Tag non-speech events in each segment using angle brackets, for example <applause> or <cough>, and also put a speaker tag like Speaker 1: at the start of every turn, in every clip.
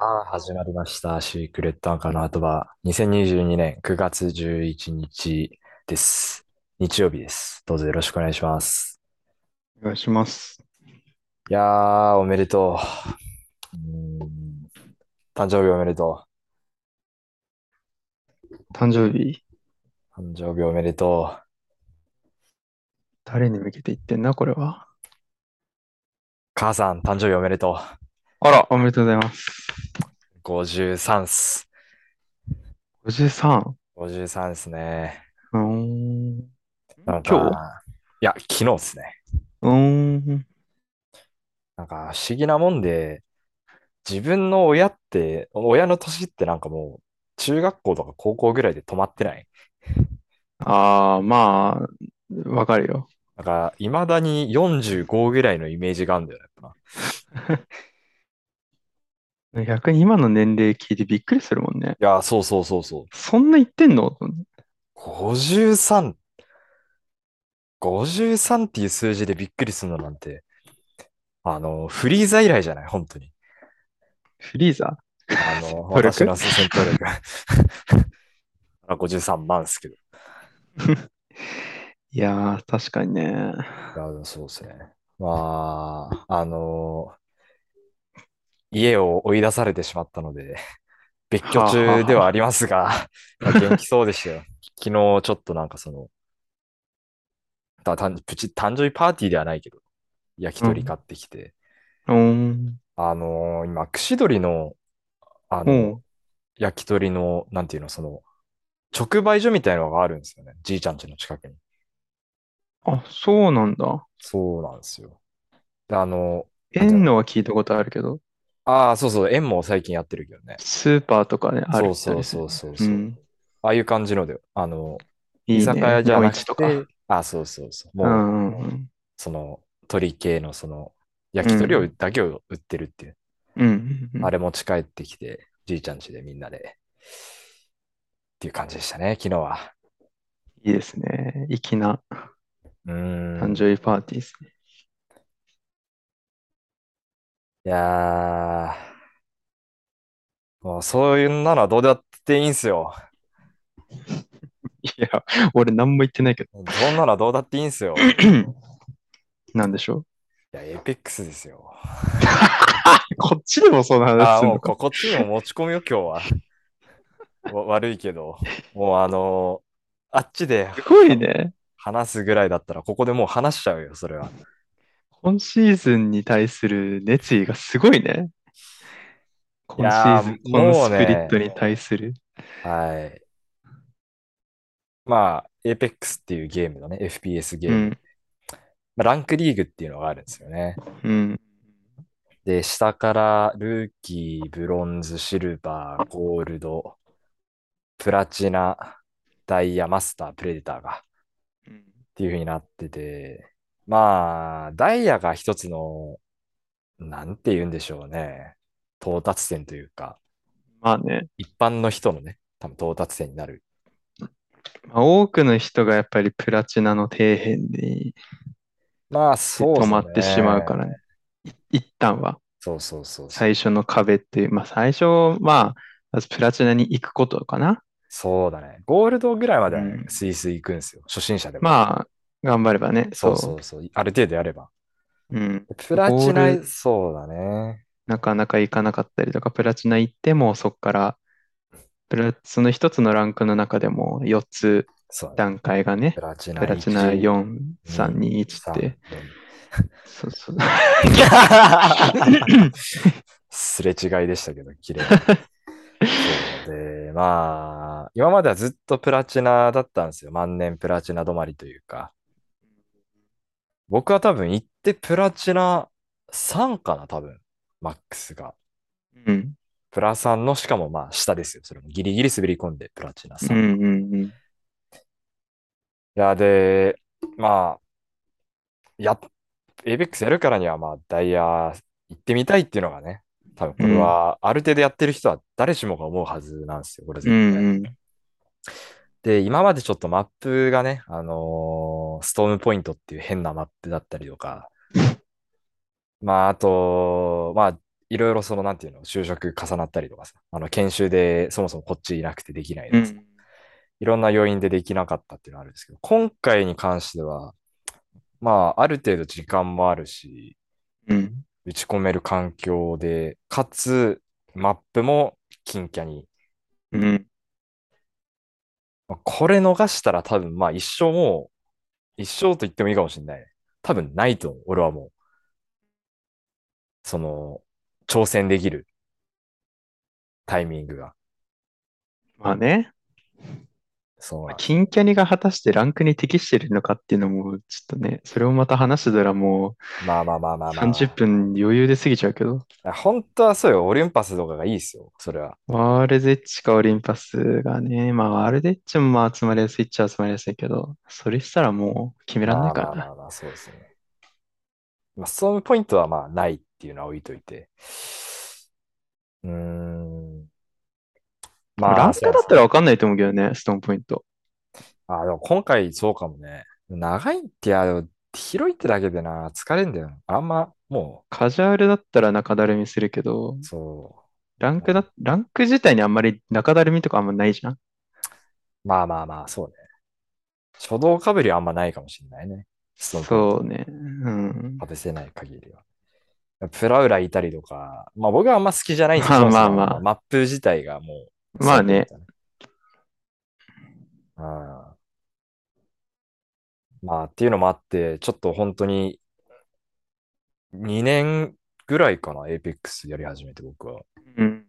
Speaker 1: ああ、始まりました。シークレットアンカーの後は、2022年9月11日です。日曜日です。どうぞよろしくお願いします。
Speaker 2: お願いします。
Speaker 1: いやー、おめでとう。うーん誕生日おめでと
Speaker 2: 誕生日、
Speaker 1: う。誕生日おめでとう。
Speaker 2: 誰に向けて言ってんな、これは。
Speaker 1: 母さん、誕生日おめでと
Speaker 2: あら、おめでとうございます。
Speaker 1: う。53っす。
Speaker 2: 53。
Speaker 1: 53っすね。
Speaker 2: うーん。
Speaker 1: なん
Speaker 2: 今日
Speaker 1: か、いや、昨日っすね。
Speaker 2: うーん。
Speaker 1: なんか、不思議なもんで、自分の親って、親の年ってなんかもう、中学校とか高校ぐらいで止まってない。
Speaker 2: ああ、まあ、わかるよ。
Speaker 1: なんか、いまだに45ぐらいのイメージがあるんだよね。やっぱ
Speaker 2: 逆に今の年齢聞いてびっくりするもんね。
Speaker 1: ないや、そうそうそうそう。
Speaker 2: そんな言ってんの
Speaker 1: 53、53っていう数字でびっくりするのなんて、あの、フリーザ以来じゃない、本当に。
Speaker 2: フリーザ
Speaker 1: あの、
Speaker 2: 努力
Speaker 1: 私の戦闘力が <laughs> あ53万ですけど。い
Speaker 2: いやー、確かにね。
Speaker 1: や、そうですね。まあ、あの、家を追い出されてしまったの
Speaker 2: <laughs>
Speaker 1: で、別居
Speaker 2: はあはあ
Speaker 1: 中で
Speaker 2: は
Speaker 1: は
Speaker 2: あ
Speaker 1: あります
Speaker 2: <laughs>
Speaker 1: が、まあ元気そうでしたよ。昨日ちょっとなんかその、たたんプチ誕生日パーティーではないけど、焼き
Speaker 2: う
Speaker 1: 鳥
Speaker 2: ん。
Speaker 1: 買ってきて、
Speaker 2: うーん。
Speaker 1: あのー今、串鳥の、あ
Speaker 2: う
Speaker 1: の、
Speaker 2: ん。
Speaker 1: 焼き鳥の、なんていうの、その、直売所みたいなのがあるんですよね。じいちゃん家の近くに。
Speaker 2: あ、そうなんだ。
Speaker 1: そうなんですよ。で、あの、なんていう
Speaker 2: 縁
Speaker 1: の、
Speaker 2: のは聞いたことあるけど、
Speaker 1: ああ、そうそう、縁も最近やってるけどね。
Speaker 2: スーパーとかね、あ
Speaker 1: そう
Speaker 2: るた
Speaker 1: そう
Speaker 2: りす
Speaker 1: そ
Speaker 2: る。
Speaker 1: うそう
Speaker 2: う
Speaker 1: そう。
Speaker 2: ん。
Speaker 1: ああいう感じので、あの、居
Speaker 2: いい
Speaker 1: 酒
Speaker 2: ね。
Speaker 1: 屋じゃ
Speaker 2: 夜
Speaker 1: なく
Speaker 2: 市と
Speaker 1: て、
Speaker 2: か。
Speaker 1: あ、そうそうそう。
Speaker 2: う
Speaker 1: もう、
Speaker 2: んうんうん。
Speaker 1: その、鳥系の、その、
Speaker 2: う
Speaker 1: 焼き鳥を
Speaker 2: ん。
Speaker 1: だけを売ってるっていう。
Speaker 2: うんうんう
Speaker 1: あ
Speaker 2: ん。
Speaker 1: れ持ち帰ってきて、じいちゃん家でみんなで、っていう感じでしたね、昨日は。
Speaker 2: いいですね。粋な
Speaker 1: う
Speaker 2: 誕
Speaker 1: ーん。
Speaker 2: 生日パーティーですね。
Speaker 1: いやー、もうそういうなのはどうだっていいんすよ。
Speaker 2: いや、俺何も言ってないけど。
Speaker 1: そんなのはどうだっていいんすよ。
Speaker 2: <clears throat> なんでしょ
Speaker 1: い
Speaker 2: う。
Speaker 1: や、エイペックスですよ。
Speaker 2: こっちでもその話
Speaker 1: ああ、
Speaker 2: すん
Speaker 1: もう
Speaker 2: のか。
Speaker 1: こ、 <laughs> こっちにも持ち込むよ、今日は。わ <laughs> 悪いけど。もうあのーあっちです
Speaker 2: ごい
Speaker 1: は
Speaker 2: ね。
Speaker 1: 話すぐらいだったら、ここでもう話しちゃうよ、それは。
Speaker 2: 今シーズンに対する熱意がすごいね。
Speaker 1: い
Speaker 2: 今シ
Speaker 1: や
Speaker 2: ーズン、
Speaker 1: ー、
Speaker 2: この
Speaker 1: もう
Speaker 2: スピリット
Speaker 1: ね、
Speaker 2: に対する。
Speaker 1: はい。まあ、エイペックスっていうゲームのね、FPS ゲ
Speaker 2: う
Speaker 1: ーム。
Speaker 2: ん、
Speaker 1: まあランクリーグっていうのがあるんですよね。
Speaker 2: うん、
Speaker 1: で、下からルーキー、ブロンズ、シルバー、ゴールド、プラチナ、ダイヤ、マスター、プレデターが
Speaker 2: うん。
Speaker 1: っていう風になってて、まあ、ダイヤが一つの、なんて言うんでしょうね、到達点というか、
Speaker 2: まあね、
Speaker 1: 一般の人のね、多分到達点になる。
Speaker 2: まあ、多くの人がやっぱりプラチナの底辺に
Speaker 1: まあ、
Speaker 2: で
Speaker 1: そうで
Speaker 2: 止
Speaker 1: す
Speaker 2: まってしまう
Speaker 1: ね。
Speaker 2: からね。い一旦は、
Speaker 1: そうそうそうそう。
Speaker 2: 最初の壁っていう、まあ最初、まあ、まずプラチナに行くことかな。
Speaker 1: そうだね。ゴールドぐらいまで
Speaker 2: う
Speaker 1: はね、
Speaker 2: ん。
Speaker 1: スイスイ行くんですよ。初心者でも。
Speaker 2: まあ、頑張ればね、
Speaker 1: そう
Speaker 2: そ
Speaker 1: そうそう。ある程度やれば。
Speaker 2: う。うん。
Speaker 1: プラ
Speaker 2: ゴー
Speaker 1: チナ、
Speaker 2: ル、
Speaker 1: そうだね。
Speaker 2: なかなか行かなかったりとか、プラチナ行っても、そこから、プラ、その一つのランクの中でも4つ
Speaker 1: そうだね。
Speaker 2: 段階がね、
Speaker 1: プラチ
Speaker 2: プ
Speaker 1: ナ
Speaker 2: ラチナ
Speaker 1: 1、
Speaker 2: 4、3、
Speaker 1: 2、
Speaker 2: 2、1っ
Speaker 1: 3、
Speaker 2: て、
Speaker 1: 4。
Speaker 2: そうそう。
Speaker 1: すれ違いでしたけど、綺麗な。そうで、まあ、今まではずっとプラチナだったんですよ。万年プラチナ止まりというか。僕は多分行ってプラチナ3かな、多分。マックスが。
Speaker 2: うん、
Speaker 1: プラ3の、しかもまあ下ですよ。それもギリギリ滑り込んで、プラチナ
Speaker 2: う
Speaker 1: 3。い
Speaker 2: ん、うん、うん。
Speaker 1: や、で、まあ、や、エイベックスやるからには、まあ、ダイヤ行ってみたいっていうのがね、多分
Speaker 2: う
Speaker 1: これ
Speaker 2: ん、
Speaker 1: は、ある程度やってる人は誰しもが思うはずなんですよ、これ
Speaker 2: う
Speaker 1: 絶対。
Speaker 2: ん、うん。
Speaker 1: で、今までちょっとマップがね、あのーストームポイン
Speaker 2: <laughs>
Speaker 1: トっていう変なマップだったりとか、まあ、あと、まあ、いろいろその、なんていうの、就職重なったりとかさ、あの、研修でそもそもこっちいなくてできないとかさ、いろんな要因でできなかったっていうのはあるんですけど、今回に関しては、まあ、ある程度時間もあるし、
Speaker 2: うん。
Speaker 1: 打ち込める環境で、かつ、マップも金キャに、
Speaker 2: うん。
Speaker 1: まあこれ逃したら多分、まあ一生もう、一生と言ってもいいかもしれないね。多分ないと思う、俺はもう。その、挑戦できるタイミングが。
Speaker 2: まあね、
Speaker 1: そうなん
Speaker 2: 金キャニが果たしてランクに適してるのかっていうのも、ちょっとね、それをまた話してたらも
Speaker 1: まあまあまあま
Speaker 2: う
Speaker 1: あまあ。
Speaker 2: 30分余裕で過ぎちゃうけど、
Speaker 1: 本当はそうよ、オリンパスとかがいいですよ、それは。
Speaker 2: ワールゼッチかオリンパスがね、まあワールゼッチもまあ集まりやすいっちゃ集まりやすいけど、それしたらもう決めらんないから
Speaker 1: まあまあ
Speaker 2: な。
Speaker 1: まあまあ、そうですね。まあ、ストームポイントはまあないっていうのは置いといて。うーん。まあ、
Speaker 2: ランク
Speaker 1: そうで
Speaker 2: だ
Speaker 1: す
Speaker 2: ったらわかんないと思うけどね、ストーンポイント。
Speaker 1: あ、でも今回そうかもね。長いって、あの、広いってだけでな、疲れんだよな。あんま、も
Speaker 2: カジュアルだったら中だるみするけど、
Speaker 1: う、そ
Speaker 2: ランクだ、ランク自体にあんまり中だるみとかあんまないじゃん。
Speaker 1: う。まあまあまあ、そうね。初動かぶりはあんまないかもしれないね。そ
Speaker 2: そうね。うん。
Speaker 1: かぶせない限りは。プラウラいたりとか、まあ僕はあんま好きじゃないんですけど、
Speaker 2: まあ
Speaker 1: その
Speaker 2: まあまあ
Speaker 1: マップ自体がもう、
Speaker 2: まあね
Speaker 1: そういうことだね。うん。まあっていうのもあって、ちょっと本当に2年ぐらいかな、エイペックスやり始めて僕は。
Speaker 2: うん。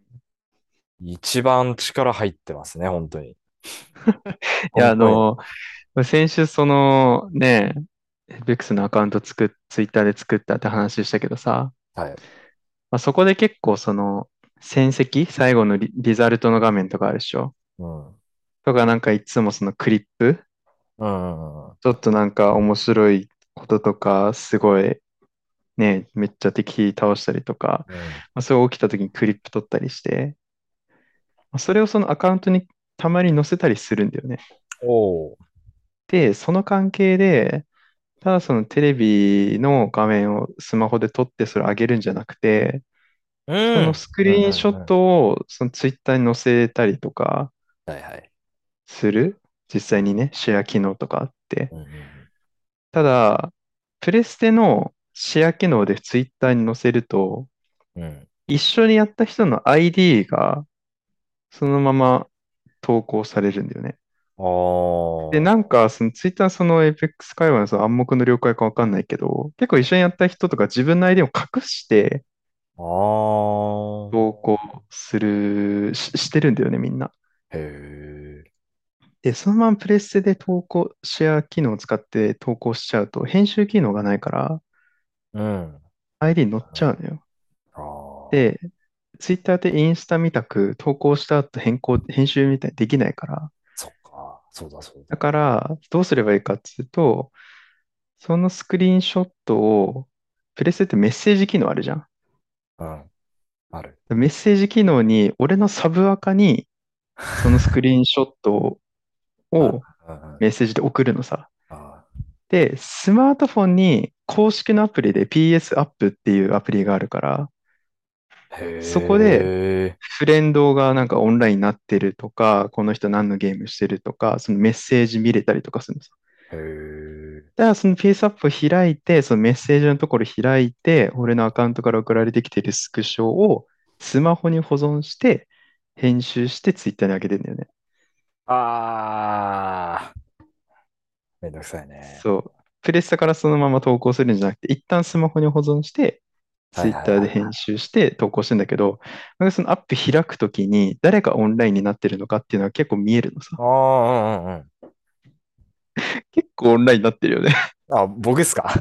Speaker 1: 一番力入ってますね、本当に。い
Speaker 2: いや、あ、の、先週、そのね、ベックスのアカウント作っ、ツイッターで作ったって話したけどさ、
Speaker 1: はい。
Speaker 2: まあ、そこで結構その、戦績、最後のリ、リザルトの画面とかあるでしょ
Speaker 1: うん。うん
Speaker 2: とか、なんかいつもそのクリップ、
Speaker 1: うんうん。
Speaker 2: ちょっとなんか面白いこととか、すごい、ね、めっちゃ敵倒したりとか、まあ、それが起きた時にクリップ取ったりして、まあ、それをそのアカウントにたまに載せたりするんだよね。
Speaker 1: おお。
Speaker 2: で、その関係で、ただそのテレビの画面をスマホで撮ってそれ上げるんじゃなくて、
Speaker 1: う
Speaker 2: そ
Speaker 1: ん。
Speaker 2: のスクリーンショットをそのツイッターに載せたりとか
Speaker 1: はいはい。
Speaker 2: する。実際にね、シェア機能とかあって。
Speaker 1: うんうんうん
Speaker 2: ただ、プレステのシェア機能でツイッターに載せると、
Speaker 1: うん。
Speaker 2: 一緒にやった人の ID がそのまま投稿されるんだよね。
Speaker 1: おお。
Speaker 2: で、なんか、そのツイッターその APEX 会話のその暗黙の了解かわかんないけど、結構一緒にやった人とか自分の ID を隠して
Speaker 1: ああ。
Speaker 2: 投稿する、し、してるんだよね、みんな。
Speaker 1: へえ。
Speaker 2: で、そのままプレステで投稿、シェア機能を使って投稿しちゃうと、編集機能がないから、
Speaker 1: うん。
Speaker 2: ID に乗っちゃうのよ。
Speaker 1: あー、
Speaker 2: で、ツイッターってインスタみたく投稿した後変更、編集みたいにできないから、
Speaker 1: そっか。そうだそう
Speaker 2: だ
Speaker 1: だ。
Speaker 2: から、どうすればいいかっていうと、そのスクリーンショットを、プレステってメッセージ機能あるじゃん。
Speaker 1: うん。ある。
Speaker 2: メッセージ機能に、俺のサブアカに、そのスクリーンショットを
Speaker 1: うんうん、
Speaker 2: メッセージで送るのさ。
Speaker 1: あ
Speaker 2: で、スマートフォンに公式のアプリで PS アップっていうアプリがあるから、
Speaker 1: ーへえ。
Speaker 2: <laughs> そこで、フレンドがなんかオンラインになってるとか、この人何のゲームしてるとか、そのメッセージ見れたりとかするのさ。
Speaker 1: へえ。
Speaker 2: だからその PS アップを開いて、そのメッセージのところ開いて、俺のアカウントから送られてきているスクショをスマホに保存して、編集してツイッターに上げてんだよね。
Speaker 1: ああ。めんどくさいね。
Speaker 2: そう。プレステからそのまま投稿するんじゃなくて、一旦スマホに保存して、
Speaker 1: は
Speaker 2: ツ
Speaker 1: い
Speaker 2: イ
Speaker 1: はい
Speaker 2: ッ
Speaker 1: はい
Speaker 2: タ
Speaker 1: はい
Speaker 2: ーで編集して投稿してんだけど、なんかそのアップ開くときに、誰がオンラインになってるのかっていうのは結構見えるのさ。
Speaker 1: ああ、うんうんうん。
Speaker 2: 結構オンラインになってる
Speaker 1: <laughs>
Speaker 2: よね。
Speaker 1: あ、僕っすか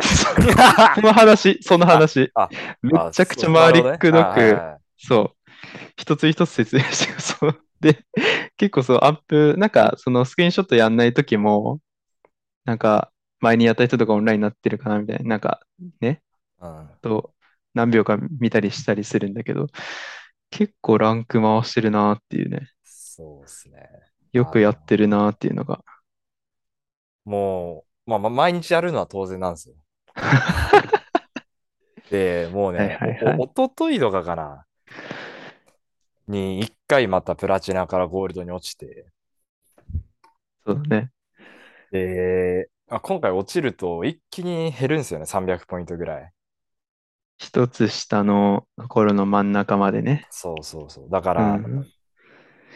Speaker 1: <laughs>
Speaker 2: その話、その話
Speaker 1: あ。
Speaker 2: めちゃくちゃ周りくどく、
Speaker 1: あ
Speaker 2: そう。一つ一つ説明してくそう。で、結構そう、アップ、なんか、そのスクリーンショットやんないときも、なんか、前にやった人とかオンラインになってるかなみたいな、なんか、ね、
Speaker 1: あはいはいうん
Speaker 2: と何秒か見たりしたりするんだけど、結構ランク回してるなっていうね。
Speaker 1: そうっすね。
Speaker 2: よくやってるなっていうのが。 <laughs>
Speaker 1: もう、まあまあ、毎日やるのは当然なんですよ。で、もうね、
Speaker 2: はいはいはい
Speaker 1: お、おとといとかかな、に一回またプラチナからゴールドに落ちて、
Speaker 2: そうだね。
Speaker 1: で、あ、今回落ちると一気に減るんですよね、300ポイントぐらい。
Speaker 2: 一つ下のところの真ん中までね。
Speaker 1: そうそうそう。だか
Speaker 2: う
Speaker 1: ら、
Speaker 2: ん、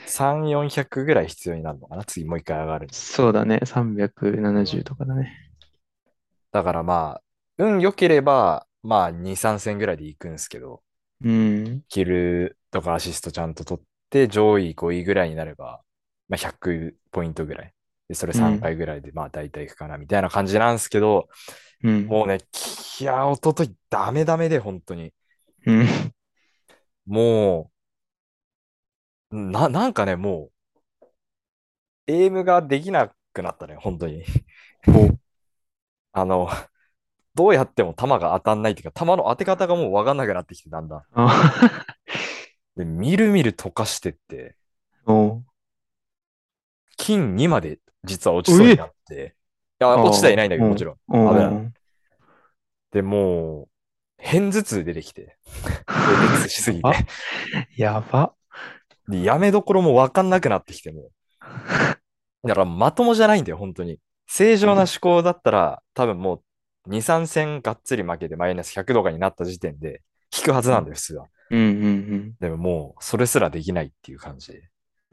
Speaker 1: 3、400ぐらい必要になるのかな、次もう一回上がるに。
Speaker 2: そうだね。
Speaker 1: うん
Speaker 2: 370とかだね。
Speaker 1: だからまあ、運良ければ、まあ2、3戦ぐらいで行くんですけど、
Speaker 2: うん。
Speaker 1: キルとかアシストちゃんと取って、上位5位ぐらいになれば、まあ100ポイントぐらい。で、それ
Speaker 2: うん
Speaker 1: 3回ぐらいで、まあ大体いくかな、みたいな感じなんですけど、
Speaker 2: うん。
Speaker 1: もうね、いや、おとといダメダメで、本当に。
Speaker 2: うん。
Speaker 1: もう、な、なんかね、もう、エイムができなくなったね、本当に。 <laughs> あの、どうやっても球が当たんないっていうか、球の当て方がもう分かんなくなってきて、だんだん。
Speaker 2: あ
Speaker 1: で、みるみる溶かしてって、
Speaker 2: おう
Speaker 1: 金2まで実は落ちそうになって、いや、
Speaker 2: あー
Speaker 1: 落ちてはいないんだけど、もちろん。
Speaker 2: おう
Speaker 1: 危ないで、もう、片頭痛出てきて、片頭痛しすぎて
Speaker 2: あ。 <laughs> やば。
Speaker 1: <laughs> で、やめどころも分かんなくなってきても
Speaker 2: <laughs>
Speaker 1: う。だから、まともじゃないんだよ、本当に。正常な思考だったら、多分もう、2、3戦がっつり負けてマイナス100とかになった時点で、引くはずなんだよ、普通は。
Speaker 2: うんうん
Speaker 1: でももう、それすらできないっていう感じ。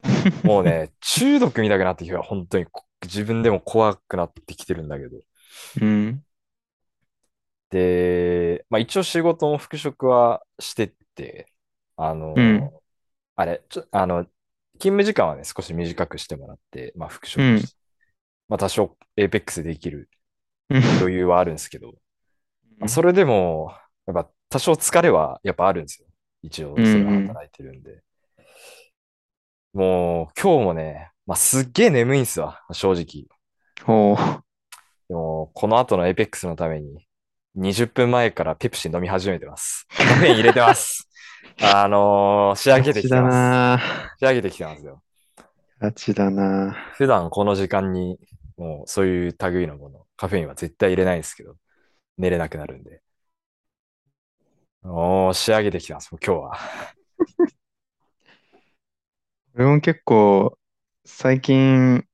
Speaker 2: <laughs> うん。
Speaker 1: もうね、中毒みたくなってきて、本当にこ自分でも怖くなってきてるんだけど。 <laughs>
Speaker 2: うん。
Speaker 1: で、まあ一応仕事も復職はしてって、あの、
Speaker 2: うん
Speaker 1: あれ、ちょ、あの、勤務時間はね、少し短くしてもらって、まあ復職して、まあ多少 APEX できる
Speaker 2: うん。
Speaker 1: 余裕はあるんですけど、まあそれでも、やっぱ多少疲れはやっぱあるんですよ。一応、それは働いてるんで。もう、今日もね、まあすっげえ眠いんすわ、正直。
Speaker 2: おう
Speaker 1: でも、この後のエイペックスのために、20分前からペプシ飲み始めてます。 <laughs> カフェイン入れてます。あのー仕上げてきて
Speaker 2: だ
Speaker 1: ます。
Speaker 2: な
Speaker 1: 仕上げてきてますよ。
Speaker 2: ガチだな
Speaker 1: 普段この時間に、もうそういう類のもの、カフェインは絶対入れないんですけど、寝れなくなるんで。おー、仕上げてきてます、もう今日は。
Speaker 2: 俺も結構、最近、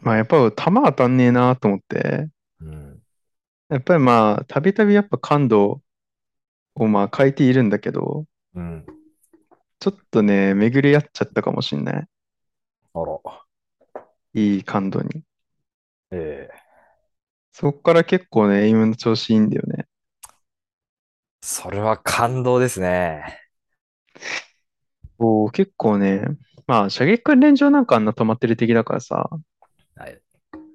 Speaker 2: まあやっぱ球当たんねえなと思って、
Speaker 1: うん。
Speaker 2: やっぱりまあ、たびたびやっぱ感度をまあ変えているんだけど、
Speaker 1: うん。
Speaker 2: ちょっとね、巡り合っちゃったかもしんない。
Speaker 1: あら。
Speaker 2: いい感度に。
Speaker 1: ええ
Speaker 2: そこから結構ね、エイムの調子いいんだよね。
Speaker 1: それは感動ですね。
Speaker 2: おお、結構ね、まあ射撃訓練場なんかあんな止まってる敵だからさ、
Speaker 1: はい。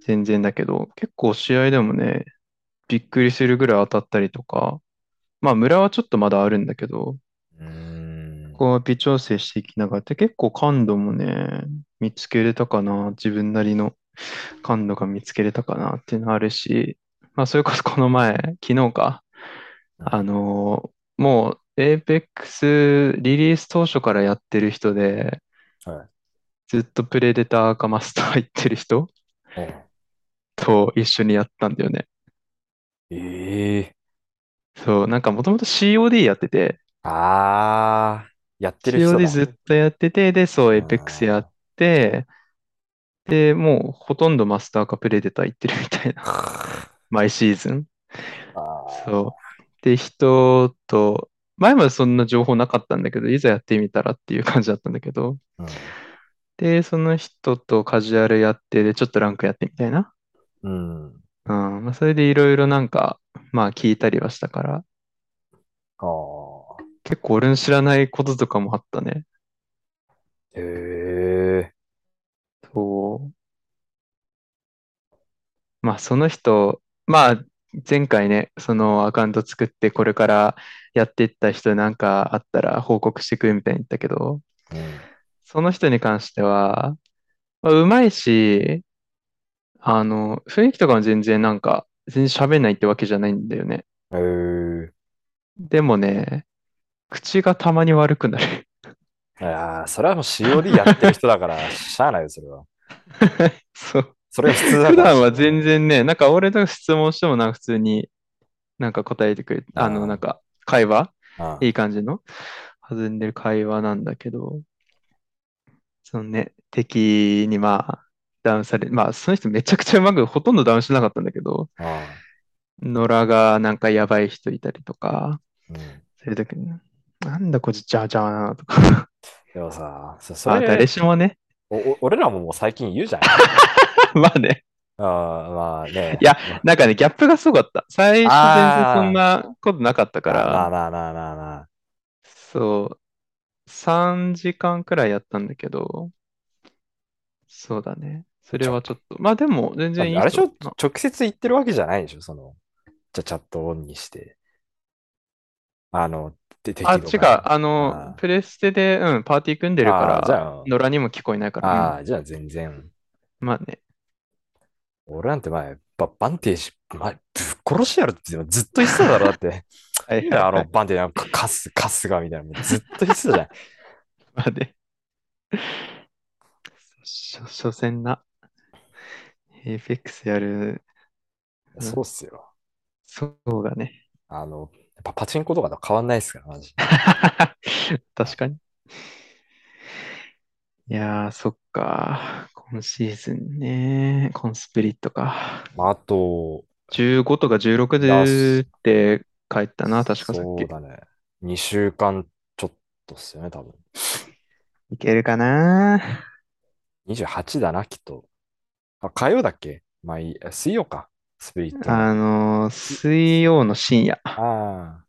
Speaker 2: 全然だけど、結構試合でもね、びっくりするぐらい当たったりとか、まあ村はちょっとまだあるんだけど、
Speaker 1: うーん。
Speaker 2: こう微調整していきながらで結構感度もね、見つけれたかな、自分なりの感度が見つけれたかなっていうのあるし、まあそれこそ <laughs> この前、昨日か、
Speaker 1: うん
Speaker 2: あのーもう Apex リリース当初からやってる人で
Speaker 1: はい、
Speaker 2: ずっとプレデターかマスター行ってる人
Speaker 1: え
Speaker 2: と一緒にやったんだよね。
Speaker 1: えええ
Speaker 2: そう、なんかもともと COD やってて、
Speaker 1: ああ、やってる人
Speaker 2: COD
Speaker 1: だ。
Speaker 2: ずっとやってて、で、そう、
Speaker 1: うん
Speaker 2: Apex やって、で、もうほとんどマスターかプレデター行ってるみたいな、 <laughs> 毎シーズン。
Speaker 1: あー
Speaker 2: そう。で、人と、前までそんな情報なかったんだけど、いざやってみたらっていう感じだったんだけど、で、その人とカジュアルやって、で、ちょっとランクやってみたいな。
Speaker 1: うん。うん。
Speaker 2: うん、まあ、それでいろいろなんか、まあ聞いたりはしたから、
Speaker 1: ああ。
Speaker 2: 結構俺の知らないこととかもあったね。
Speaker 1: へえ。
Speaker 2: そう。まあ、その人、まあ、前回ね、そのアカウント作って、これからやっていった人なんかあったら報告してくれみたいに言ったけど、その人に関しては、まあ、うまいし、あの、雰囲気とかも全然なんか、全然喋んないってわけじゃないんだよね。
Speaker 1: うん。へ
Speaker 2: でもね、口がたまに悪くなる。 <laughs>
Speaker 1: え。ああ、それはもう COD やってる人だから、
Speaker 2: <laughs>
Speaker 1: しゃあないよ、それは。
Speaker 2: そう。
Speaker 1: それが普通だ
Speaker 2: <laughs> 普
Speaker 1: から。
Speaker 2: 段は全然ね、なんか俺と質問してもなんか普通になんか答えてくれ、
Speaker 1: あー
Speaker 2: あの、なんか会話、
Speaker 1: あ
Speaker 2: いい感じの弾んでる会話なんだけど、そのね、敵にまあ、ダウンされ、まあ、その人めちゃくちゃうまく、ほとんどダウンしなかったんだけど、
Speaker 1: ああ
Speaker 2: 野良がなんかやばい人いたりとか、
Speaker 1: うん、
Speaker 2: それだけど、なんだこいつ、じゃあじゃあとか、
Speaker 1: でもさ、そそ
Speaker 2: <laughs> まあ、
Speaker 1: れ
Speaker 2: 誰しもね、
Speaker 1: おお俺らももう最近言うじゃん。 <laughs>
Speaker 2: まあね、
Speaker 1: ああまあね。
Speaker 2: いやなんかね、ギャップがすごかった。最初全
Speaker 1: あ
Speaker 2: 然
Speaker 1: ー
Speaker 2: そんなことなかったか
Speaker 1: まあ
Speaker 2: ら、
Speaker 1: まあまあまあまあ。
Speaker 2: そう、3時間くらいやったんだけど、そうだね。それはちょっと、まあでも全
Speaker 1: だっ
Speaker 2: 然い
Speaker 1: て
Speaker 2: い
Speaker 1: あれでしょ
Speaker 2: 人だっ
Speaker 1: 直接言ってるわけじゃないでしょその、じゃあチャットオンにして。あの、で
Speaker 2: た
Speaker 1: 適
Speaker 2: なあ、
Speaker 1: 度
Speaker 2: 違う、
Speaker 1: な
Speaker 2: あの、
Speaker 1: あー
Speaker 2: プレステで、うん、パーティー組んでるか
Speaker 1: あーじゃ
Speaker 2: ら、
Speaker 1: あ、
Speaker 2: 野良にも聞こえないから、
Speaker 1: ああ、じゃあ全然。
Speaker 2: うんまあね、
Speaker 1: 俺なんて前、ババンテージ、前、ぶっ殺してやるってずっと言ってただろ、だって。
Speaker 2: <laughs> はい
Speaker 1: いやあ
Speaker 2: は
Speaker 1: の
Speaker 2: い、
Speaker 1: バンテージなんか、かす、かすがみたいな、もうずっと言ってたじゃん。
Speaker 2: まあね。 <laughs> 所所詮な、エイペックスやる、うん
Speaker 1: そうっすよ。
Speaker 2: そうだね。
Speaker 1: あの、やっぱパチンコとかと変わんないっすから、マジ。
Speaker 2: <laughs> 確かに。いやー、そっか。今シーズンね。コンスプリットか。
Speaker 1: まあ、あと、
Speaker 2: 15とか16でって帰ったな、確かさっ
Speaker 1: そう
Speaker 2: き。
Speaker 1: だね。2週間ちょっとっすよね、多分。
Speaker 2: いけるかな
Speaker 1: 28だな、きっと。あ、火曜だっけまあいい。あ水曜か。スプリット。あ
Speaker 2: あのー、水曜の深夜。
Speaker 1: あ。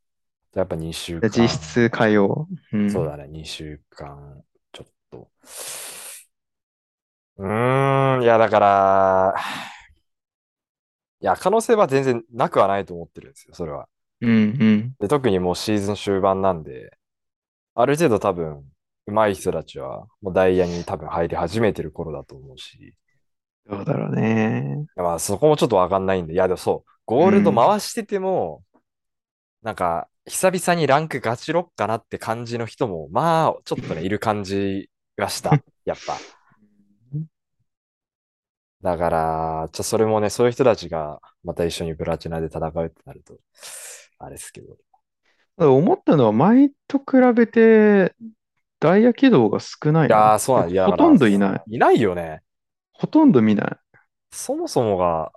Speaker 1: じゃあやっぱ2週間。
Speaker 2: 実質火曜。うん
Speaker 1: そうだね、2週間ちょっと。うーん、いや、だから、いや、可能性は全然なくはないと思ってるんですよ、それは。
Speaker 2: うん
Speaker 1: で特にもうシーズン終盤なんで、ある程度多分、上手い人たちは、もうダイヤに多分入り始めてる頃だと思うし、
Speaker 2: うん。どうだろうね。
Speaker 1: まあそこもちょっとわかんないんで、いや、でもそう、ゴールド回してても、なんか、久々にランクガチロッかなって感じの人も、まあ、ちょっとね、いる感じがした、
Speaker 2: <laughs>
Speaker 1: やっぱ。だから、ちょ、それもね、そういう人たちが、また一緒にブラチナで戦うってなると、あれですけど。
Speaker 2: ただ思ったのは、前と比べて、ダイヤ軌道が少ない
Speaker 1: い
Speaker 2: な
Speaker 1: やー、そうなんいや、
Speaker 2: ほとんどいない。
Speaker 1: い。いないよね。
Speaker 2: ほとんど見ない。
Speaker 1: そもそもが、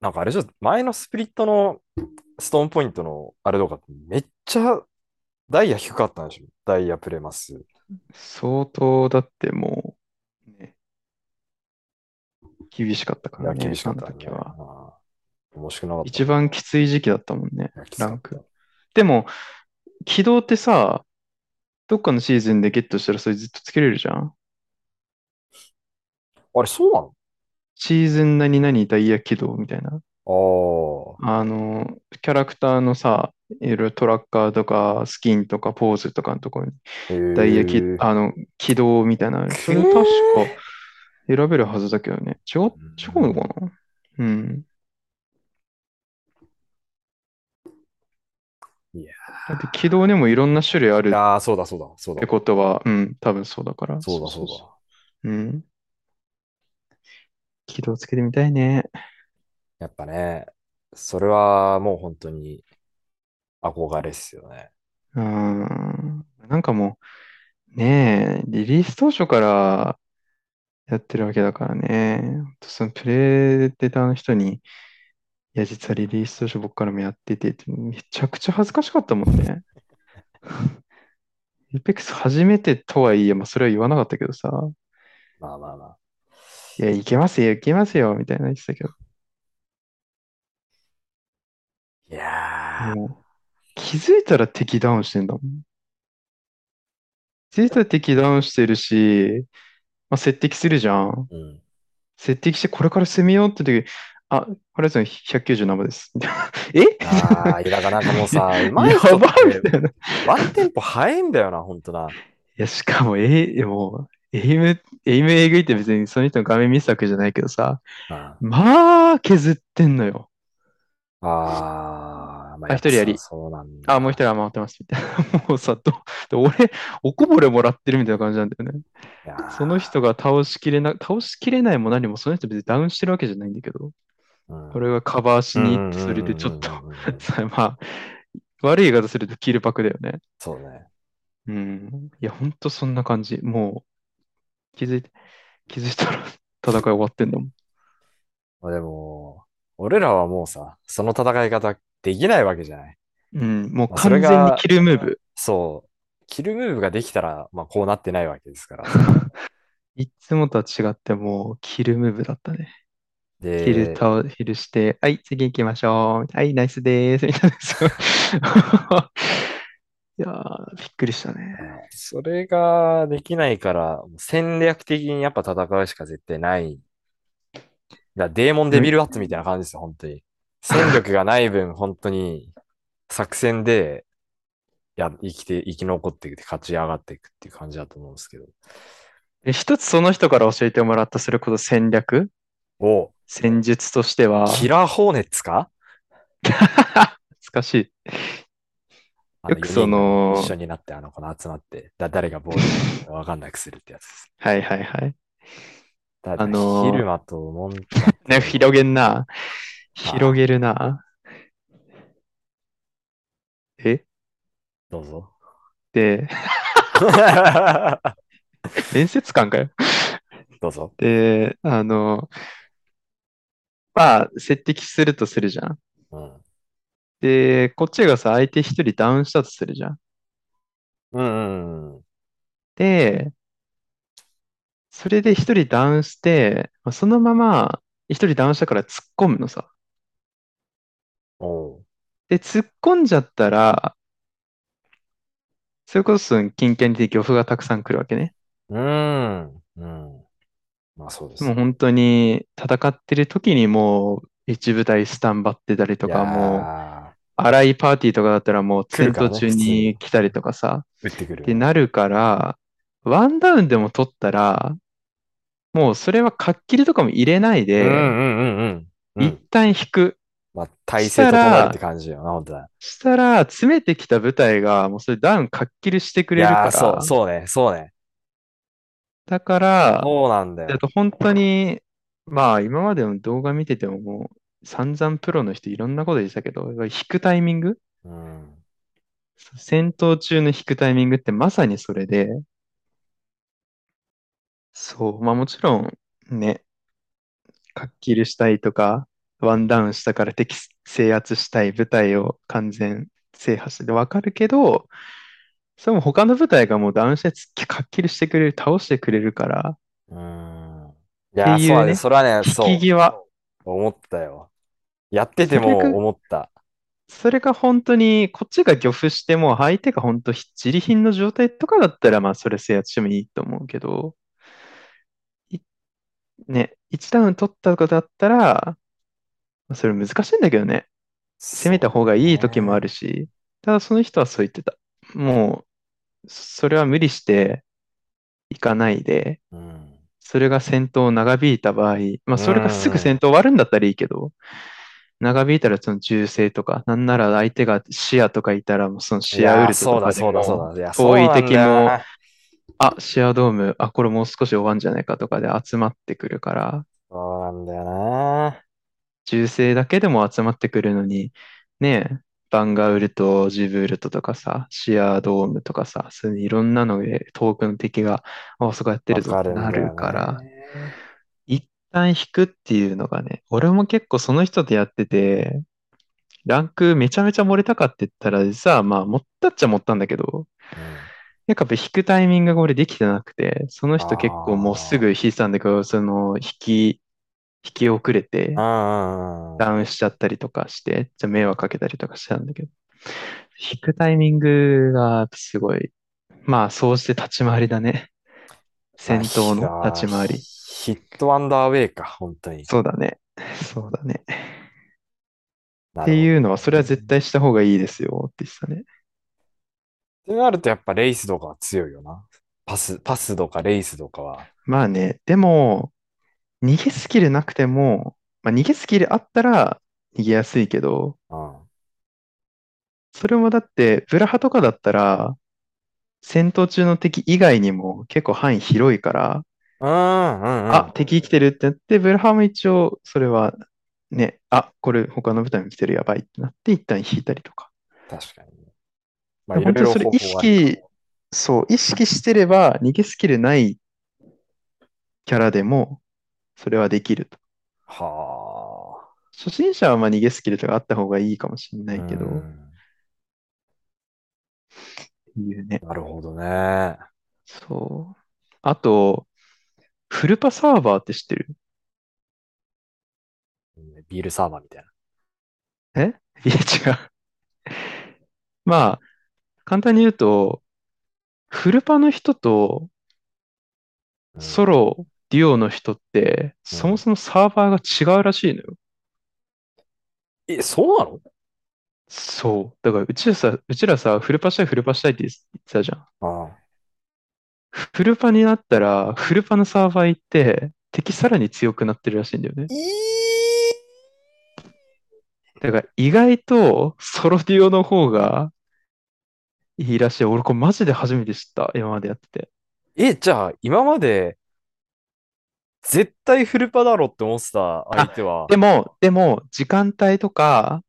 Speaker 1: なんかあれじゃ、前のスプリットのストーンポイントのあれとか、めっちゃダイヤ低かったんでしょダイヤプレマス。
Speaker 2: 相当だってもう、ね、厳しかったか
Speaker 1: い
Speaker 2: ら
Speaker 1: や、
Speaker 2: ね、
Speaker 1: 厳しかった
Speaker 2: あ
Speaker 1: ね
Speaker 2: の時は。。
Speaker 1: うん面白くなかった。
Speaker 2: 一番きつい時期だったもんね。
Speaker 1: いやきつかった
Speaker 2: ラでも、軌道ってさ、どっかのシーズンでゲットしたらそれずっとつけれるじゃん。
Speaker 1: あれ、そうなの
Speaker 2: シーズン何々ダイヤ軌道みたいな。
Speaker 1: あ
Speaker 2: あの、キャラクターのさ、いろいろトラッカーとかスキンとかポーズとかのところに
Speaker 1: あ。へー
Speaker 2: ダイヤ軌、あの、軌道みたいなのある。それ確か選べるはずだけどね。違う、違うのかなうん。
Speaker 1: いや
Speaker 2: だって軌道にもいろんな種類ある
Speaker 1: い
Speaker 2: っ
Speaker 1: やー、そうだ、そうだ、そう
Speaker 2: て
Speaker 1: だ。
Speaker 2: ことは、うん、多分そうだから。
Speaker 1: そうだ、そう
Speaker 2: そ
Speaker 1: だ。
Speaker 2: う。うん。軌道つけてみたいね。
Speaker 1: やっぱね、それはもう本当に憧れっすよね。
Speaker 2: うん。なんかもう、ねえ、リリース当初からやってるわけだからね。ほんとそのプレイデーターの人に、いや、実はリリース当初僕からもやっててって、めちゃくちゃ恥ずかしかったもんね。 <laughs> エイペックス初めてとはいえ、まあ、それは言わなかったけどさ、
Speaker 1: まあまあまあ。
Speaker 2: いや、いけますよ、いけますよ、みたいな言ってたけど、
Speaker 1: いやー、
Speaker 2: もう気づいたら敵ダウンしてんだもん。気づいたら敵ダウンしてるし、まあ、接敵するじゃん。
Speaker 1: うん。
Speaker 2: 接敵してこれから攻めようって時、あ、ハライさん197です。 <laughs> みたいなえ
Speaker 1: ああ、いやだからなんかもう
Speaker 2: <laughs>
Speaker 1: さ、うまい
Speaker 2: や
Speaker 1: 人っ
Speaker 2: ばい
Speaker 1: て
Speaker 2: みたいな。い
Speaker 1: ワンテンポ早いんだよな、ほんとな。
Speaker 2: や、しかも、え、もう、エイム、エイムえぐいって別にその人の画面見せたわけじゃないけどさ、
Speaker 1: あ
Speaker 2: まあ、削ってんのよ。
Speaker 1: あー、ま
Speaker 2: あ一人やり
Speaker 1: っぱさそうなんだ。
Speaker 2: あ、もう一人余ってます、みたいな。 <laughs> もうさ、ど、で俺、おこぼれもらってるみたいな感じなんだよね。
Speaker 1: いやー
Speaker 2: その人が倒しきれな、倒しきれないも何も、その人別にダウンしてるわけじゃないんだけど、
Speaker 1: うん
Speaker 2: 俺がカバーしに行って、それでちょっと
Speaker 1: う
Speaker 2: <laughs>
Speaker 1: んうんうんうんうん
Speaker 2: さまあ、悪い言い方するとキルパクだよね。
Speaker 1: そうね。
Speaker 2: うん。いや、ほんとそんな感じ。もう、気づいて、気づいたら戦い終わってんだもん。
Speaker 1: まあでも、俺らはもうさ、その戦い方できないわけじゃない。
Speaker 2: うん。もう
Speaker 1: まあそれ
Speaker 2: 完
Speaker 1: が
Speaker 2: 全にキルムーブ。
Speaker 1: そう。キルムーブができたら、まあこうなってないわけですから。
Speaker 2: いつもとは違って、もうキルムーブだったね。
Speaker 1: で、
Speaker 2: ヒル倒、ヒルして、はい、次行きましょう。はい、ナイスでーす。みたいな。そう <laughs> いやー、びっくりしたね。
Speaker 1: それができないから、戦略的にやっぱ戦うしか絶対ない。だからデーモンデビルワッツみたいな感じですよ、本当に。戦力がない分、本当に作戦でや生きて、生き残っていくて、勝ち上がっていくっていう感じだと思うんですけど。
Speaker 2: で一つその人から教えてもらった、それこそ戦略、
Speaker 1: お
Speaker 2: 戦術としては、
Speaker 1: キラーホーネッツか
Speaker 2: 難しい。
Speaker 1: あの
Speaker 2: よくそ
Speaker 1: 四
Speaker 2: の
Speaker 1: 人一緒になって、あの、この集まって、だ誰がボールにわかんなくするってやつです。
Speaker 2: はいはいはい。
Speaker 1: だから
Speaker 2: あのー
Speaker 1: 昼間とモンタ
Speaker 2: ね、広げんな。広げるな。え
Speaker 1: どう
Speaker 2: <laughs>
Speaker 1: ぞ。 <laughs>
Speaker 2: で、面接官かよ。
Speaker 1: どうぞ。
Speaker 2: で、あの、まあ、接敵するとするじゃん。
Speaker 1: うん。
Speaker 2: で、こっちがさ、相手一人ダウンしたとするじゃん。
Speaker 1: うんうんうん。
Speaker 2: で、それで一人ダウンして、まあそのまま一人ダウンしたから突っ込むのさ。
Speaker 1: おう。
Speaker 2: で、突っ込んじゃったら、それこそ近県で漁夫がたくさん来るわけね。
Speaker 1: うーん。うん。まあそうです
Speaker 2: もう
Speaker 1: ね。
Speaker 2: 本当に戦ってる時にもう一部隊スタンバってたりと
Speaker 1: い
Speaker 2: か、
Speaker 1: や
Speaker 2: もう
Speaker 1: ー
Speaker 2: 荒いパーティーとかだったらもう
Speaker 1: 来る
Speaker 2: 戦
Speaker 1: から
Speaker 2: 闘
Speaker 1: ね
Speaker 2: 中に来たりとかさ、
Speaker 1: 打ってく
Speaker 2: っ
Speaker 1: る
Speaker 2: て。なるから、ワンダウンでも取ったら、もうそれは書っきりとかも入れない
Speaker 1: うんう
Speaker 2: で、
Speaker 1: んうんうん。う
Speaker 2: 一
Speaker 1: ん。
Speaker 2: 旦引く。
Speaker 1: まあ体勢整えるって感じよな、本当だ。
Speaker 2: したら、詰めてきた部隊が、もうそれダウン書っきりしてく
Speaker 1: い
Speaker 2: れる
Speaker 1: や
Speaker 2: か
Speaker 1: ーそう、
Speaker 2: ら、
Speaker 1: そうね、そうね。
Speaker 2: だから、
Speaker 1: そうなんだ
Speaker 2: だ
Speaker 1: よ。
Speaker 2: と本当に、まあ今までの動画見ててももう散々プロの人いろんなこと言ってたけど、引くタイミング
Speaker 1: うん。
Speaker 2: 戦闘中の引くタイミングってまさにそれで、そう、まあもちろんね、かっきりしたいとか、ワンダウンしたから敵制圧したい部隊を完全制覇しててわかるけど、それも他の部隊がもうダウンしてかっきりしてくれる、倒してくれるから、
Speaker 1: うん。いやー
Speaker 2: っていうね
Speaker 1: そうだね、それはね、
Speaker 2: 引
Speaker 1: そう
Speaker 2: き。際。
Speaker 1: 思ったよ。やってても思った。
Speaker 2: それが本当に、こっちが漁夫しても、相手が本当、自利品の状態とかだったら、まあ、それ制圧してもいいと思うけど、いね、1ダウン取ったことだったら、まあそれ難しいんだけどね、攻めた方がいい時もあるし、ただその人はそう言ってた。もう、それは無理していかないで、
Speaker 1: そうね。うん。
Speaker 2: それが戦闘を長引いた場合、まあ、それがす
Speaker 1: うんう
Speaker 2: ぐ
Speaker 1: ん
Speaker 2: 戦闘終わるんだったらいいけど、長引いたらその銃声とか、なんなら相手が視野とかいたら、もうその視野ウルトとかで
Speaker 1: そうだ、そう
Speaker 2: も、
Speaker 1: だ、そうだ。いや
Speaker 2: 遠い敵も。
Speaker 1: そうなんだよな
Speaker 2: あ、視野ドーム、あ、これもう少し終わんじゃないかとかで集まってくるから、
Speaker 1: そうなんだよな。
Speaker 2: 銃声だけでも集まってくるのに、ねえ、バンガウルト、ジブウルトとかさ、シアドームとかさ、そういういろんなので遠くの敵が、あ、そこやってるぞ
Speaker 1: わ
Speaker 2: っ
Speaker 1: か
Speaker 2: て
Speaker 1: るんだ
Speaker 2: な
Speaker 1: よね
Speaker 2: るから、一旦引くっていうのがね、俺も結構その人とやってて、ランクめちゃめちゃ盛れたかって言ったらさ、まあ、持ったっちゃ持ったんだけど、
Speaker 1: うん
Speaker 2: なんかやっぱ引くタイミングが俺できてなくて、その人結構もうすぐ引いてたんだけど、その引き、引き遅れて、
Speaker 1: うんうんうん
Speaker 2: ダウンしちゃったりとかして、じゃあ迷惑かけたりとかしてたんだけど、引くタイミングがすごい、まあ、そうして立ち回りだね。戦闘の立ち回り。
Speaker 1: ヒットアンダーウェイか、本当に。
Speaker 2: そうだね。そうだね。
Speaker 1: っ
Speaker 2: って
Speaker 1: う。
Speaker 2: いうのは、それは絶対した方がいいですよって言ってたね。
Speaker 1: ってなると、やっぱレイスとかは強いよな。パス、パスとかレイスとかは。
Speaker 2: まあね、でも、逃げスキルなくても、まあ、逃げスキルあったら逃げやすいけど、
Speaker 1: うん。
Speaker 2: それもだって、ブラハとかだったら、戦闘中の敵以外にも結構範囲広いから、
Speaker 1: うんうんうん。
Speaker 2: あ、敵生きてるってなって、ブラハも一応、それは、ね、あ、これ他の部隊も来てるやばいってなって、一旦引いたりとか。
Speaker 1: 確かにまあ、いろ
Speaker 2: 本
Speaker 1: い
Speaker 2: 当に
Speaker 1: ろ
Speaker 2: それ
Speaker 1: 方
Speaker 2: 意
Speaker 1: 法はある
Speaker 2: 識、そう、意識してれば逃げスキルないキャラでも、それはできると。
Speaker 1: かもはあ。
Speaker 2: 初心者はまあ逃げスキルとかあった方がいいかもしれないけど、
Speaker 1: う
Speaker 2: っ
Speaker 1: ん
Speaker 2: ていうね。
Speaker 1: なるほどね。
Speaker 2: そう。あと、フルパサーバーって知ってる <laughs>
Speaker 1: ビールサーバーみたいな。
Speaker 2: いや、違う。まあ、簡単に言うと、フルパの人と
Speaker 1: うん
Speaker 2: ソロ、デュオの人って、そもそもサーバーが違うらしいのよ。
Speaker 1: え、そうなの
Speaker 2: そう。だから、うちらさ、うちらさ、フルパしたい、フルパしたいって言ってたじゃん。
Speaker 1: ああ
Speaker 2: フルパになったら、フルパのサーバー行って、敵さらに強くなってるらしいんだよね。だから、意外と、ソロデュオの方が、いいらしい。俺、これマジで初めて知った。今までやってて。
Speaker 1: え、じゃあ、今まで、絶対フルパだろって思ってた相手は、
Speaker 2: でも、でも、時間帯とか、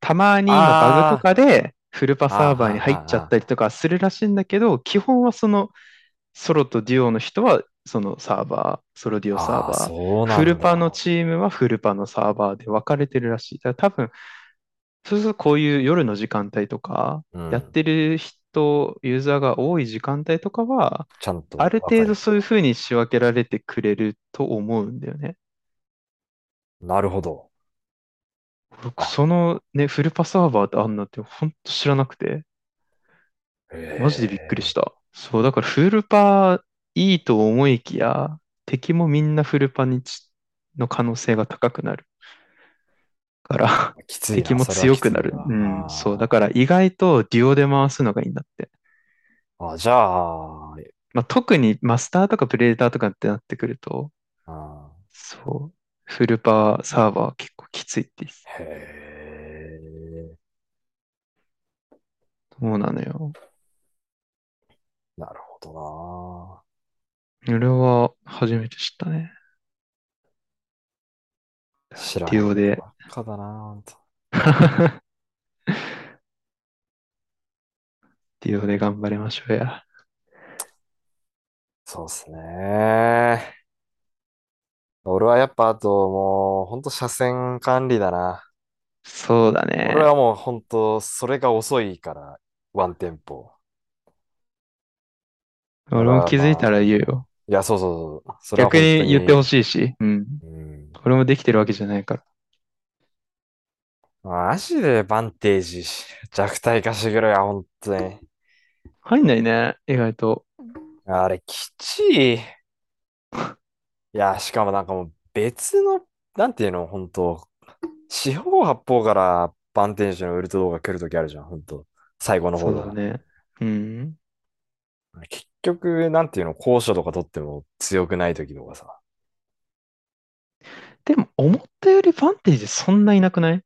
Speaker 2: たまにのバグとかで、フルパサーバーに入っちゃったりとかするらしいんだけど、基本はその、ソロとデュオの人は、そのサーバー、ソロデュオサー
Speaker 1: ああ
Speaker 2: バー。
Speaker 1: そうなん
Speaker 2: フルパ
Speaker 1: だ
Speaker 2: のチームはフルパのサーバーで分かれてるらしい。だから多分、そうするとこういう夜の時間帯とか、
Speaker 1: うん
Speaker 2: やってる人、ユーザーが多い時間帯とかは、
Speaker 1: ちゃんと
Speaker 2: ある程度
Speaker 1: わか
Speaker 2: そういう風に仕分けられてくれると思うんだよね。
Speaker 1: るなるほど。
Speaker 2: 僕そのね、フルパサーバーってあんなって本当知らなくて、マジでびっくり
Speaker 1: し
Speaker 2: した。そう、だからフルパいいと思いきや、敵もみんなフルパにちの可能性が高くなる。から、
Speaker 1: た。きついな
Speaker 2: 敵も強くなる。うん、そう。だから意外とデュオで回すのがいいんだって。
Speaker 1: ら。あ、じゃあ、
Speaker 2: まあ、特にマスターとかプレデターとかってなってくると、
Speaker 1: あ
Speaker 2: そう、フルパーサーバー結構きついって言ってた
Speaker 1: へえ。
Speaker 2: そうなのよ。
Speaker 1: なるほど
Speaker 2: それは初めて知ったね。
Speaker 1: な。知ら
Speaker 2: デュオで
Speaker 1: ばっかだな、ほんと
Speaker 2: デュオで頑張りましょうや。
Speaker 1: そうっすね。俺はやっぱあともう、ほんと車線管理だな。
Speaker 2: そうだね。
Speaker 1: 俺はもう本当、それが遅いから、ワンテンポ。
Speaker 2: 俺も気づいたら言うよ。
Speaker 1: いや、そうそうそう。それは
Speaker 2: 逆
Speaker 1: 本当
Speaker 2: に言ってほ
Speaker 1: し
Speaker 2: しいし。うん。
Speaker 1: い。うん。
Speaker 2: 俺もできてるわけじゃないから。
Speaker 1: マジでバンテージ弱体化してくれや、本当に。
Speaker 2: 入んないね、意外と。
Speaker 1: あれ、きちい。いや、しかもなんかもう別の、なんていうの、本当四方八方からバンテージのウルト動画来るときあるじゃん、本当最後の
Speaker 2: そ
Speaker 1: 方
Speaker 2: う
Speaker 1: とか
Speaker 2: だね。うん。
Speaker 1: 結局、なんていうの、高所とか取っても強くないときとかさ。
Speaker 2: でも、思ったよりバンテージそんないなくない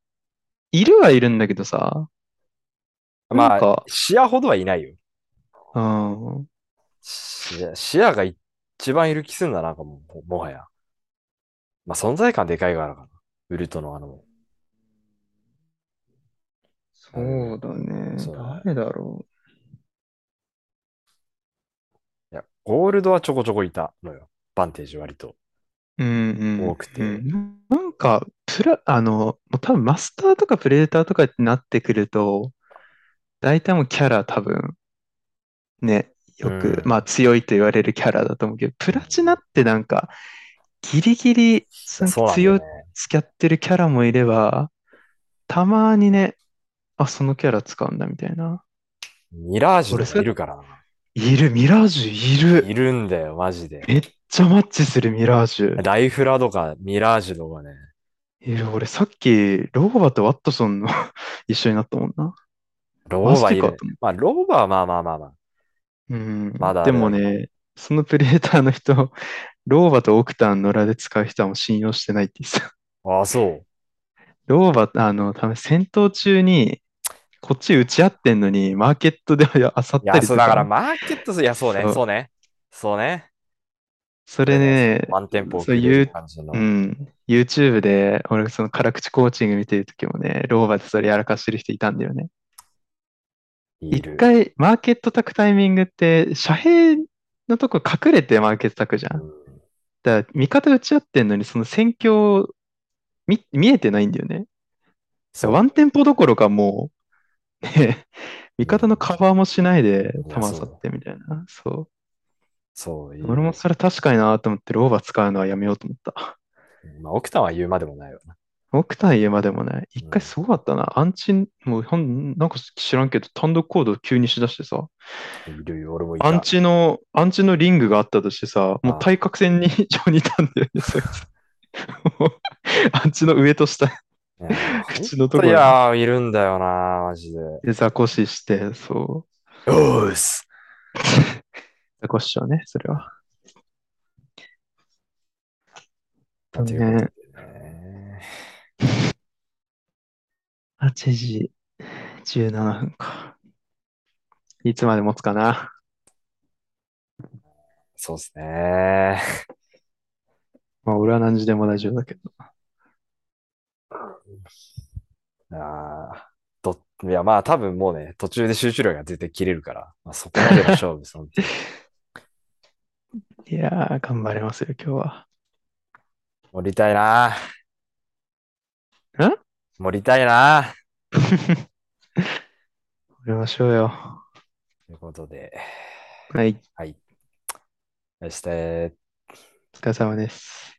Speaker 2: いるはいるんだけどさ。
Speaker 1: ま
Speaker 2: なん
Speaker 1: あ
Speaker 2: か、
Speaker 1: 視野ほどはいないよ。
Speaker 2: うん。
Speaker 1: 視野視野が一番いる気すんだな、なんかもう、もはや。まあ、存在感でかいからかな。ウルトのあの、
Speaker 2: そうだね
Speaker 1: そうだね。
Speaker 2: 誰だろ
Speaker 1: いや、ゴールドはちょこちょこいたのよ。バンテージ割と。
Speaker 2: う。うんうん。
Speaker 1: 多くて
Speaker 2: うんなんか、プラ、あの、もう多分マスターとかプレデターとかってなってくると、大体もうキャラ多分、ね、よく、
Speaker 1: うん
Speaker 2: まあ強いと言われるキャラだと思うけど、プラチナってなんか、ギリギリ、その
Speaker 1: そうなんだ
Speaker 2: 強
Speaker 1: よ
Speaker 2: い
Speaker 1: ね。
Speaker 2: 付き合ってるキャラもいれば、たまにね、あ、そのキャラ使うんだみたいな。
Speaker 1: ミラージュとかいるからな。
Speaker 2: いる、ミラージュいる。
Speaker 1: いるんだよ、マジで。
Speaker 2: めっちゃマッチするミラージュ。
Speaker 1: ライフラとかミラージュとかね。
Speaker 2: いる、俺さっき、ローバとワットソンの <laughs> 一緒になったもんな。
Speaker 1: ロ
Speaker 2: マ
Speaker 1: ー
Speaker 2: ス
Speaker 1: バ
Speaker 2: テ
Speaker 1: い
Speaker 2: か
Speaker 1: る
Speaker 2: と。思
Speaker 1: まあ、ローバはまあまあまあまあ。
Speaker 2: う。うん。
Speaker 1: まだあれ
Speaker 2: で
Speaker 1: だ
Speaker 2: もね、そのプレイターの人、 <laughs> ローバとオクタンの裏で使う人はもう信用してないって言ってた。 <laughs>
Speaker 1: ああ、そう。
Speaker 2: ローバ、あの、多分戦闘中に、こっち打ち合ってんのに、マーケットではあさっ
Speaker 1: い
Speaker 2: た
Speaker 1: や、
Speaker 2: り
Speaker 1: そう
Speaker 2: と
Speaker 1: だから
Speaker 2: か、
Speaker 1: マーケットす、いや、そうね
Speaker 2: そ、う
Speaker 1: そうね。そうね。
Speaker 2: それね、
Speaker 1: ワンテンポ
Speaker 2: そう
Speaker 1: 遅
Speaker 2: いう
Speaker 1: れる感じの。
Speaker 2: うん。YouTube で、俺、その辛口コーチング見てるときもね、老婆でそれやらかしてる人いたんだよね。
Speaker 1: い
Speaker 2: 一
Speaker 1: る。
Speaker 2: 回マーケット炊くタイミングって、遮蔽のとこ隠れてマーケット炊くじゃ。
Speaker 1: うんん
Speaker 2: だから、味方打ち合ってんのに、その戦況見、見えてないんだよね。
Speaker 1: そう
Speaker 2: ワンテンポどころかもう、ね、味方のカバーもしないで、弾
Speaker 1: いや
Speaker 2: 去
Speaker 1: そう
Speaker 2: ってみたいな。そ。
Speaker 1: そういうう。
Speaker 2: 俺もそれ確かになと思って、老婆使うのはやめようと思った。
Speaker 1: まあ、奥さんは言うまでもないよな。
Speaker 2: オクタン家までもね、一
Speaker 1: うん
Speaker 2: 回すごかったな。アンチ、もうほん、なんか知らんけど、単独行動急にしだしてさ、
Speaker 1: いるよ、俺もいた。
Speaker 2: アンチの、アンチのリングがあったとしてさ、も
Speaker 1: あ
Speaker 2: う対角線に <laughs> 一応似たんだよね、そいつ。もうアンチの上と下
Speaker 1: い <laughs> や
Speaker 2: 口のところ
Speaker 1: いやー、いるんだよな、マジで。
Speaker 2: でザコシして、そう。
Speaker 1: おーす。
Speaker 2: ザコシしちゃうね、それは。
Speaker 1: ということでね。
Speaker 2: 8時17分か。いつまで持つかな。
Speaker 1: そうですね。
Speaker 2: まあ、俺は何時でも大丈夫だけど。
Speaker 1: あーどいや、まあ多分もうね、途中で集中力が絶対切れるから、まあ、そこまでの勝負、その <laughs>
Speaker 2: いやー、頑張れますよ、今
Speaker 1: <laughs>
Speaker 2: 日は。
Speaker 1: 盛りたいな。
Speaker 2: ん
Speaker 1: 盛りたいな。
Speaker 2: やりましょうよ。
Speaker 1: ということで、
Speaker 2: はい、
Speaker 1: そして、
Speaker 2: お疲れ様です。